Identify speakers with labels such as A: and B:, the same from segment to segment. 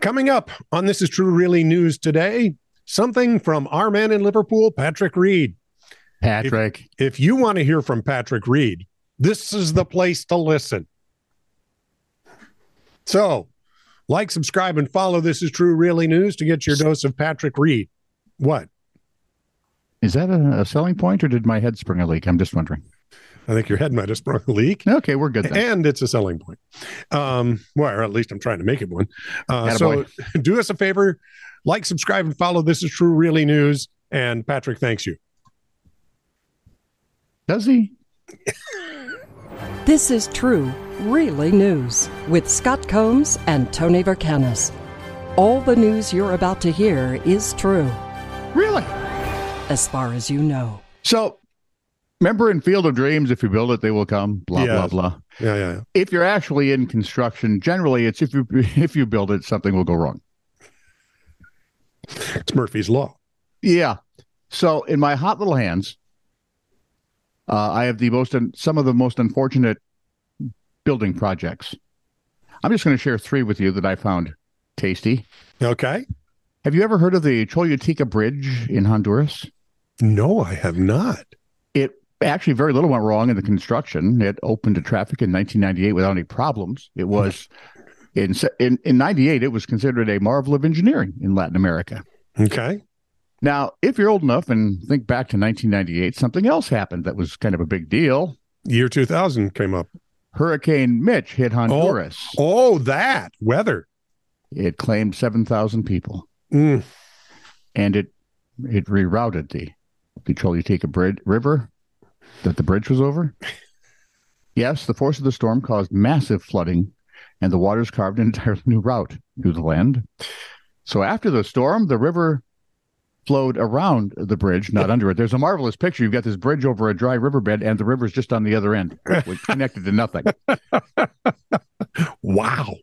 A: Coming up on This Is True Really News today, something from our man in Liverpool, Patrick Reed.
B: Patrick.
A: If you want to hear from Patrick Reed, this is the place to listen. So, like, subscribe, and follow This Is True Really News to get your dose of Patrick Reed. What?
B: Is that a, a selling point or did my head spring a leak? I'm just wondering.
A: I think your head might have sprung a leak.
B: Okay, we're good then.
A: And it's a selling point. Um, well, or at least I'm trying to make it one. Uh, so
B: Attaboy.
A: do us a favor, like, subscribe, and follow This Is True Really News. And Patrick thanks you.
B: Does he?
C: This is true, really news with Scott Combs and Tony Vercanis. All the news you're about to hear is true,
B: Really?
C: as far as you know.
B: So remember in Field of Dreams, if you build it, they will come, blah,
A: Yes.
B: blah, blah.
A: Yeah, yeah, yeah.
B: If you're actually in construction, generally it's if you if you build it, something will go wrong.
A: It's Murphy's Law.
B: Yeah. So in my hot little hands, uh, I have the most un- some of the most unfortunate building projects. I'm just going to share three with you that I found tasty.
A: Okay.
B: Have you ever heard of the Choluteca Bridge in Honduras?
A: No, I have not.
B: It actually very little went wrong in the construction. It opened to traffic in 1998 without any problems. It was in se- in in 98 it was considered a marvel of engineering in Latin America.
A: Okay.
B: Now, if you're old enough and think back to 1998, something else happened that was kind of a big deal.
A: Year 2000 came up.
B: Hurricane Mitch hit Honduras.
A: Oh, that weather.
B: It claimed 7,000 people
A: Mm,
B: and it it rerouted the the Choluteca Bridge River that the bridge was over. yes, the force of the storm caused massive flooding and the waters carved an entirely new route through the land. So after the storm, the river flowed around the bridge, not under it. There's a marvelous picture. You've got this bridge over a dry riverbed and the river's just on the other end, which connected to nothing.
A: wow.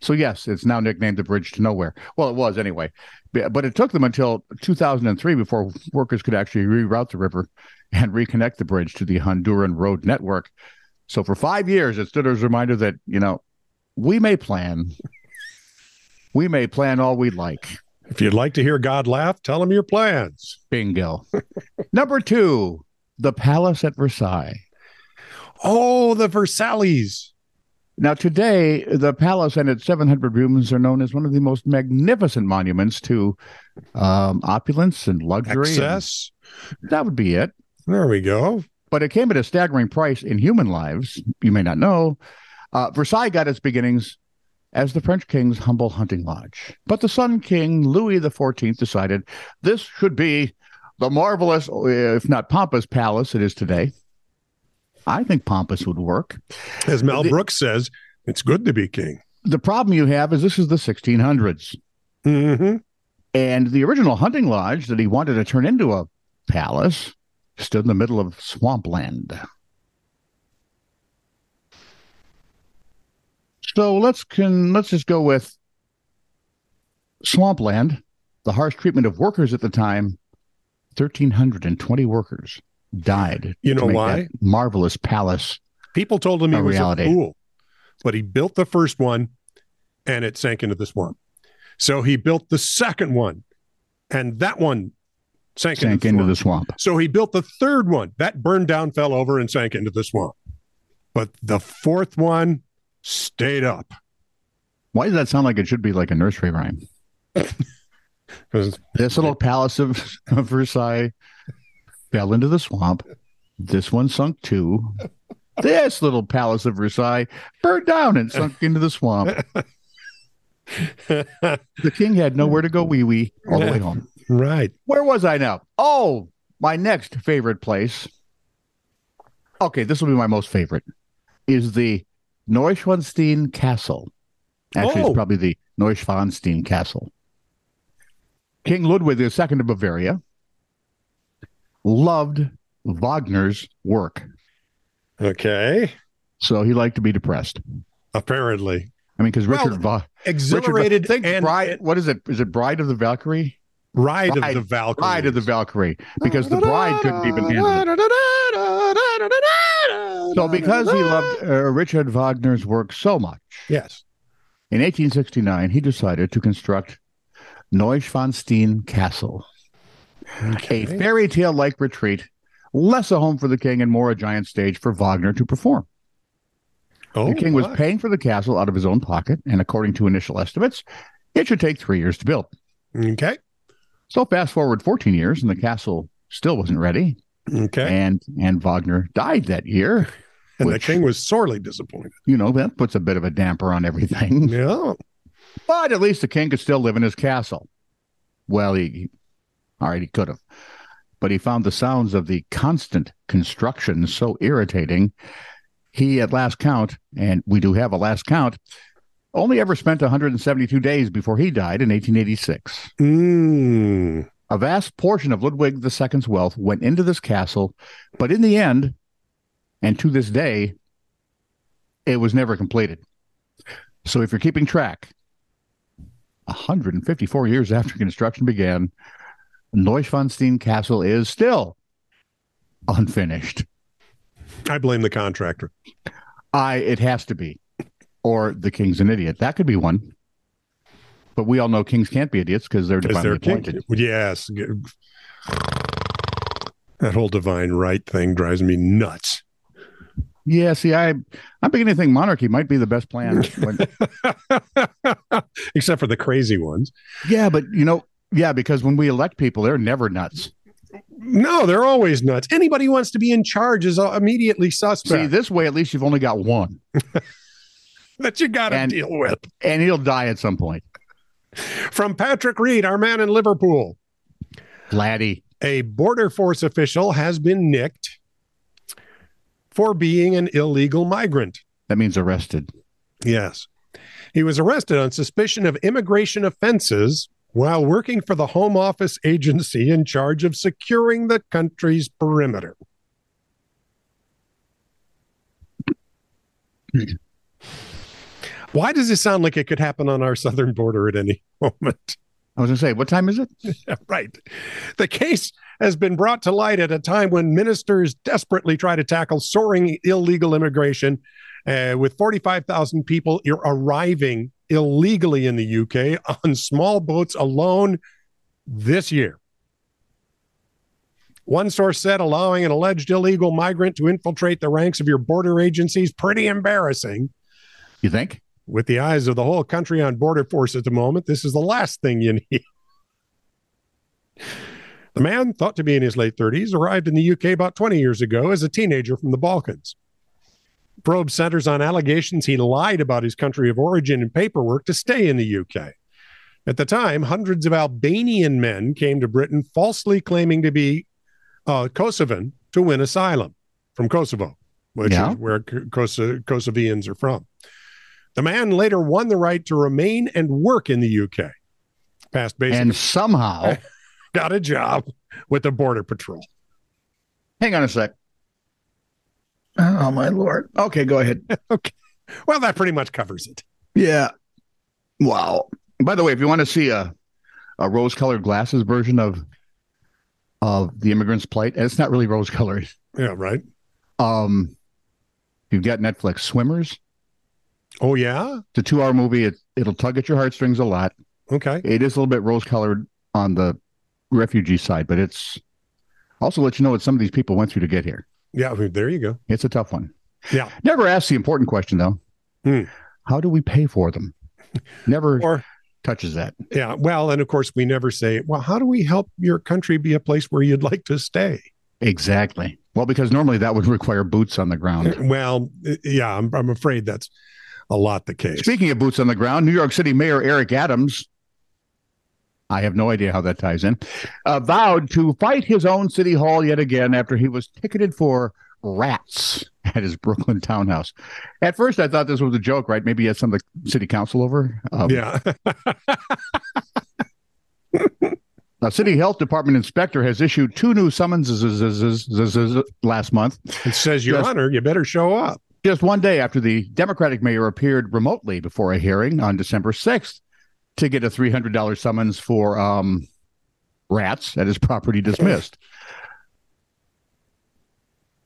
B: So yes, it's now nicknamed the Bridge to Nowhere. Well, it was anyway, B- but it took them until 2003 before workers could actually reroute the river and reconnect the bridge to the Honduran road network. So for five years, it stood as a reminder that you know we may plan, we may plan all we like.
A: If you'd like to hear God laugh, tell him your plans.
B: Bingo. Number two, the Palace at Versailles.
A: Oh, the Versailles.
B: Now, today, the palace and its 700 rooms are known as one of the most magnificent monuments to um, opulence and luxury. and-
A: Excess.
B: That would be it.
A: There we go.
B: But it came at a staggering price in human lives. You may not know. Uh, Versailles got its beginnings as the French king's humble hunting lodge. But the Sun King, Louis XIV, decided this should be the marvelous, if not pompous, palace it is today. I think pompous would work.
A: As Mel
B: The-
A: Brooks says, it's good to be king.
B: The problem you have is this is the 1600s.
A: hmm
B: And the original hunting lodge that he wanted to turn into a palace stood in the middle of swampland. So let's can let's just go with swampland. The harsh treatment of workers at the time, thirteen hundred and twenty workers died.
A: You
B: to
A: know
B: make
A: why?
B: that marvelous palace.
A: People told him he
B: A
A: was
B: reality.
A: a fool, but he built the first one and it sank into the swamp. So he built the second one and that one sank,
B: Sank
A: into the
B: into
A: swamp.
B: the swamp.
A: So he built the third one. That burned down, fell over, and sank into the swamp. But the fourth one stayed up
B: Why does that sound like it should be like a nursery rhyme?
A: 'Cause
B: This little palace of, of Versailles fell into the swamp. This one sunk too. This little palace of Versailles burned down and sunk into the swamp. The king had nowhere to go wee wee all the way home.
A: right.
B: Where was I now? Oh, my next favorite place. Okay, this will be my most favorite. Is the Neuschwanstein Castle. Actually,
A: Oh.
B: it's probably the Neuschwanstein Castle. King Ludwig II of Bavaria loved Wagner's work,
A: Okay.
B: so he liked to be depressed.
A: Apparently.
B: I mean, because
A: Well,
B: Richard, Va- Richard, Va-
A: Exhilarated
B: think
A: and
B: Bride, what is it? Is it Bride of the Valkyrie?
A: Ride of
B: Bride-
A: the Valkyrie.
B: Bride of the Valkyrie, because the bride couldn't even handle it. So, because he loved uh, Richard Wagner's work so much,
A: Yes.
B: In 1869, he decided to construct Neuschwanstein Castle, a
A: Okay.
B: fairy tale like retreat, less a home for the king and more a giant stage for Wagner to perform.
A: Oh,
B: The king was
A: my.
B: paying for the castle out of his own pocket, and according to initial estimates, it should take three years to build.
A: Okay.
B: So fast forward 14 years, and the castle still wasn't ready,
A: Okay.
B: and and Wagner died that year.
A: And
B: which-
A: the king was sorely disappointed.
B: You know that puts a bit of a damper on everything.
A: Yeah.
B: But at least the king could still live in his castle. Well, he, he all right, he could have. But he found the sounds of the constant construction so irritating. He, at last count, and we do have a last count, only ever spent 172 days before he died in 1886.
A: Mm.
B: A vast portion of Ludwig II's wealth went into this castle, but in the end, and to this day, it was never completed. So if you're keeping track, 154 years after construction began, Neuschwanstein Castle is still unfinished.
A: I blame the contractor.
B: I it has to be. Or the king's an idiot. That could be one. But we all know kings can't be idiots because they're
A: Is
B: divinely
A: there a king?
B: appointed.
A: Yes. That whole divine right thing drives me nuts.
B: Yeah, see, I I'm beginning to think monarchy might be the best plan. When-
A: Except for the crazy ones.
B: yeah, but you know, yeah, because when we elect people, they're never nuts.
A: No, they're always nuts. Anybody who wants to be in charge is immediately
B: See,
A: suspect
B: this way, at least you've only got one,
A: that you got to
B: and-
A: deal with.
B: and he'll die at some point.
A: From Patrick Reed, our man in Liverpool.
B: Laddie,
A: a border force official has been nicked for being an illegal migrant.
B: that means arrested.
A: Yes. He was arrested on suspicion of immigration offenses while working for the Home Office agency in charge of securing the country's perimeter. Why does this sound like it could happen on our southern border at any moment?
B: I was gonna say, what time is it?
A: right. The case has been brought to light at a time when ministers desperately try to tackle soaring illegal immigration, uh, with 45,000 people ir- arriving illegally in the UK on small boats alone this year. One source said allowing an alleged illegal migrant to infiltrate the ranks of your border agency is pretty embarrassing
B: You think?
A: with the eyes of the whole country on border force at the moment, this is the last thing you need. The man, thought to be in his late 30s, arrived in the UK about 20 years ago as a teenager from the Balkans. Probe centers on allegations he lied about his country of origin and paperwork to stay in the UK. At the time, hundreds of Albanian men came to Britain falsely claiming to be uh, Kosovan to win asylum from Kosovo, which
B: Yeah.
A: is where K- Koso- Kosovians are from. The man later won the right to remain and work in the UK. Passed basic,
B: And somehow,
A: got a job with the Border Patrol.
B: hang on a sec. Oh my lord. Okay, go ahead.
A: Well, that pretty much covers it.
B: Yeah. Wow. By the way, if you want to see a a rose colored glasses version of of the immigrant's plight, and it's not really rose colored.
A: Yeah, right.
B: Um, you've got Netflix Swimmers.
A: Oh yeah.
B: It's a two hour movie. It, it'll tug at your heartstrings a lot.
A: Okay.
B: It is a little bit rose colored on the refugee side, but it's also let you know what some of these people went through to get here.
A: Yeah. I mean, there you go.
B: It's a tough one.
A: Yeah.
B: Never ask the important question though.
A: Hmm.
B: How do we pay for them? Never
A: Or
B: touches that.
A: yeah. Well, and of course we never say, well, how do we help your country be a place where you'd like to stay?
B: Exactly. Well, because normally that would require boots on the ground.
A: Well, yeah. I'm, I'm afraid that's a lot the case.
B: Speaking of boots on the ground, New York City Mayor Eric Adams, I have no idea how that ties in, uh, vowed to fight his own city hall yet again after he was ticketed for rats at his Brooklyn townhouse. At first, I thought this was a joke, right? Maybe he had some of the city council over. Um,
A: yeah.
B: A city health department inspector has issued two new summonses last month.
A: It says, Your
B: Yes.
A: Honor, you better show up.
B: just one day after the Democratic mayor appeared remotely before a hearing on December 6th to get a $300 summons for um, rats at his property dismissed.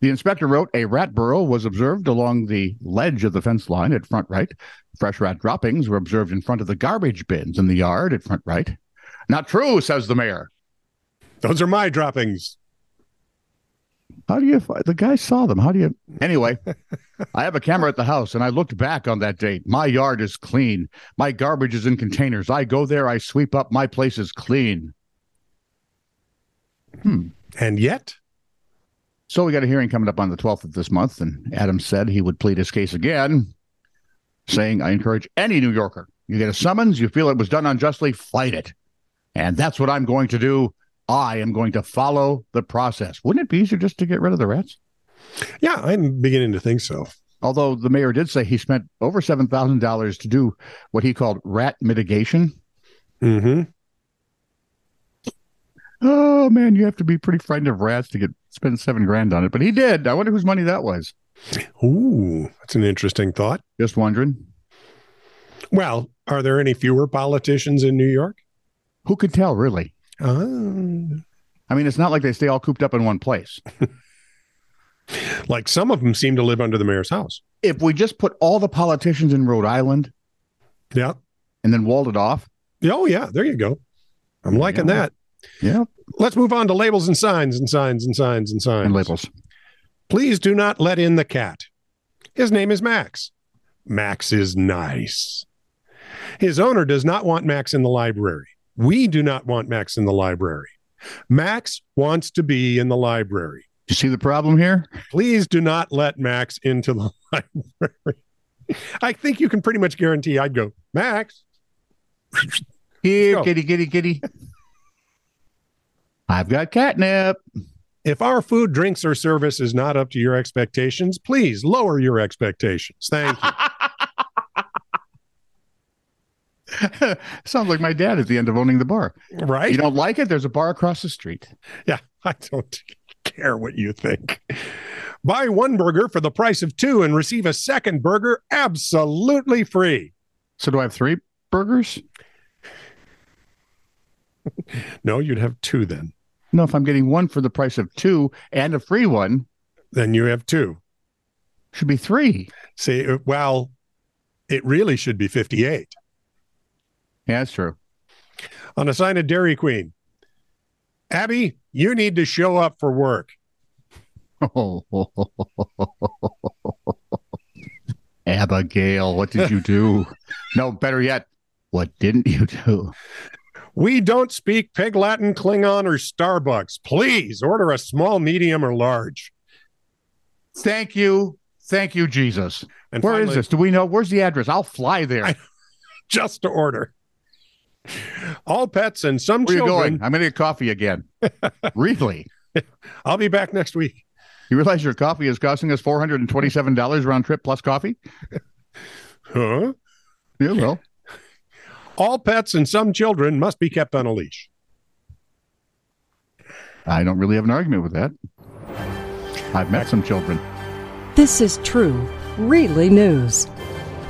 B: The inspector wrote a rat burrow was observed along the ledge of the fence line at front right. Fresh rat droppings were observed in front of the garbage bins in the yard at front right. Not true, says the mayor.
A: Those are my droppings.
B: How do you? fi- The guy saw them. How do you? Anyway, I have a camera at the house, and I looked back on that date. My yard is clean. My garbage is in containers. I go there. I sweep up. My place is clean.
A: And yet,
B: So we got a hearing coming up on the 12th of this month, and Adams said he would plead his case again, saying, I encourage any New Yorker, you get a summons, you feel it was done unjustly, fight it. And that's what I'm going to do. I am going to follow the process. Wouldn't it be easier just to get rid of the rats?
A: yeah, I'm beginning to think so.
B: Although the mayor did say he spent over $7,000 to do what he called rat mitigation.
A: hmm
B: Oh, man, you have to be pretty frightened of rats to get spend seven grand on it. But he did. I wonder whose money that was.
A: Ooh, that's an interesting thought.
B: Just wondering.
A: Well, are there any fewer politicians in New York?
B: Who could tell, really?
A: Uh,
B: I mean, it's not like they stay all cooped up in one place.
A: like some of them seem to live under the mayor's house.
B: If we just put all the politicians in Rhode Island
A: Yeah.
B: and then walled it off,
A: Oh, yeah. There you go. I'm liking
B: Yeah.
A: that.
B: yeah,
A: Let's move on to labels and signs and signs and signs and signs.
B: and labels.
A: Please do not let in the cat. His name is Max. Max is nice. His owner does not want Max in the library. We do not want Max in the library. Max wants to be in the library.
B: You see the problem here?
A: Please do not let Max into the library. I think you can pretty much guarantee I'd go, Max.
B: Here,
A: Go.
B: kitty, kitty, kitty. I've got catnip.
A: If our food, drinks, or service is not up to your expectations, please lower your expectations. Thank you.
B: Sounds like my dad at the end of owning the bar.
A: right?
B: You don't like it? There's a bar across the street.
A: Yeah, I don't care what you think. Buy one burger for the price of two and receive a second burger absolutely free.
B: So do I have three burgers?
A: No, you'd have two then.
B: No, if I'm getting one for the price of two and a free one,
A: Then you have two.
B: should be three.
A: See, uh, well, it really should be 58.
B: Yeah, that's true.
A: On a sign at Dairy Queen, Abby, you need to show up for work.
B: Abigail, what did you do? no, better yet, what didn't you do?
A: We don't speak Pig Latin, Klingon, or Starbucks. Please order a small, medium, or large.
B: Thank you. Thank you, Jesus.
A: And
B: Where is
A: finally-
B: this? Do we know? Where's the address? I'll fly there.
A: I- Just to order. All pets and some
B: Where are you
A: children.
B: going? I'm going to get coffee again. really?
A: I'll be back next week.
B: You realize your coffee is costing us $427 round trip plus coffee?
A: Huh?
B: Yeah, well,
A: All pets and some children must be kept on a leash.
B: I don't really have an argument with that. I've met some children.
C: This is true, really news.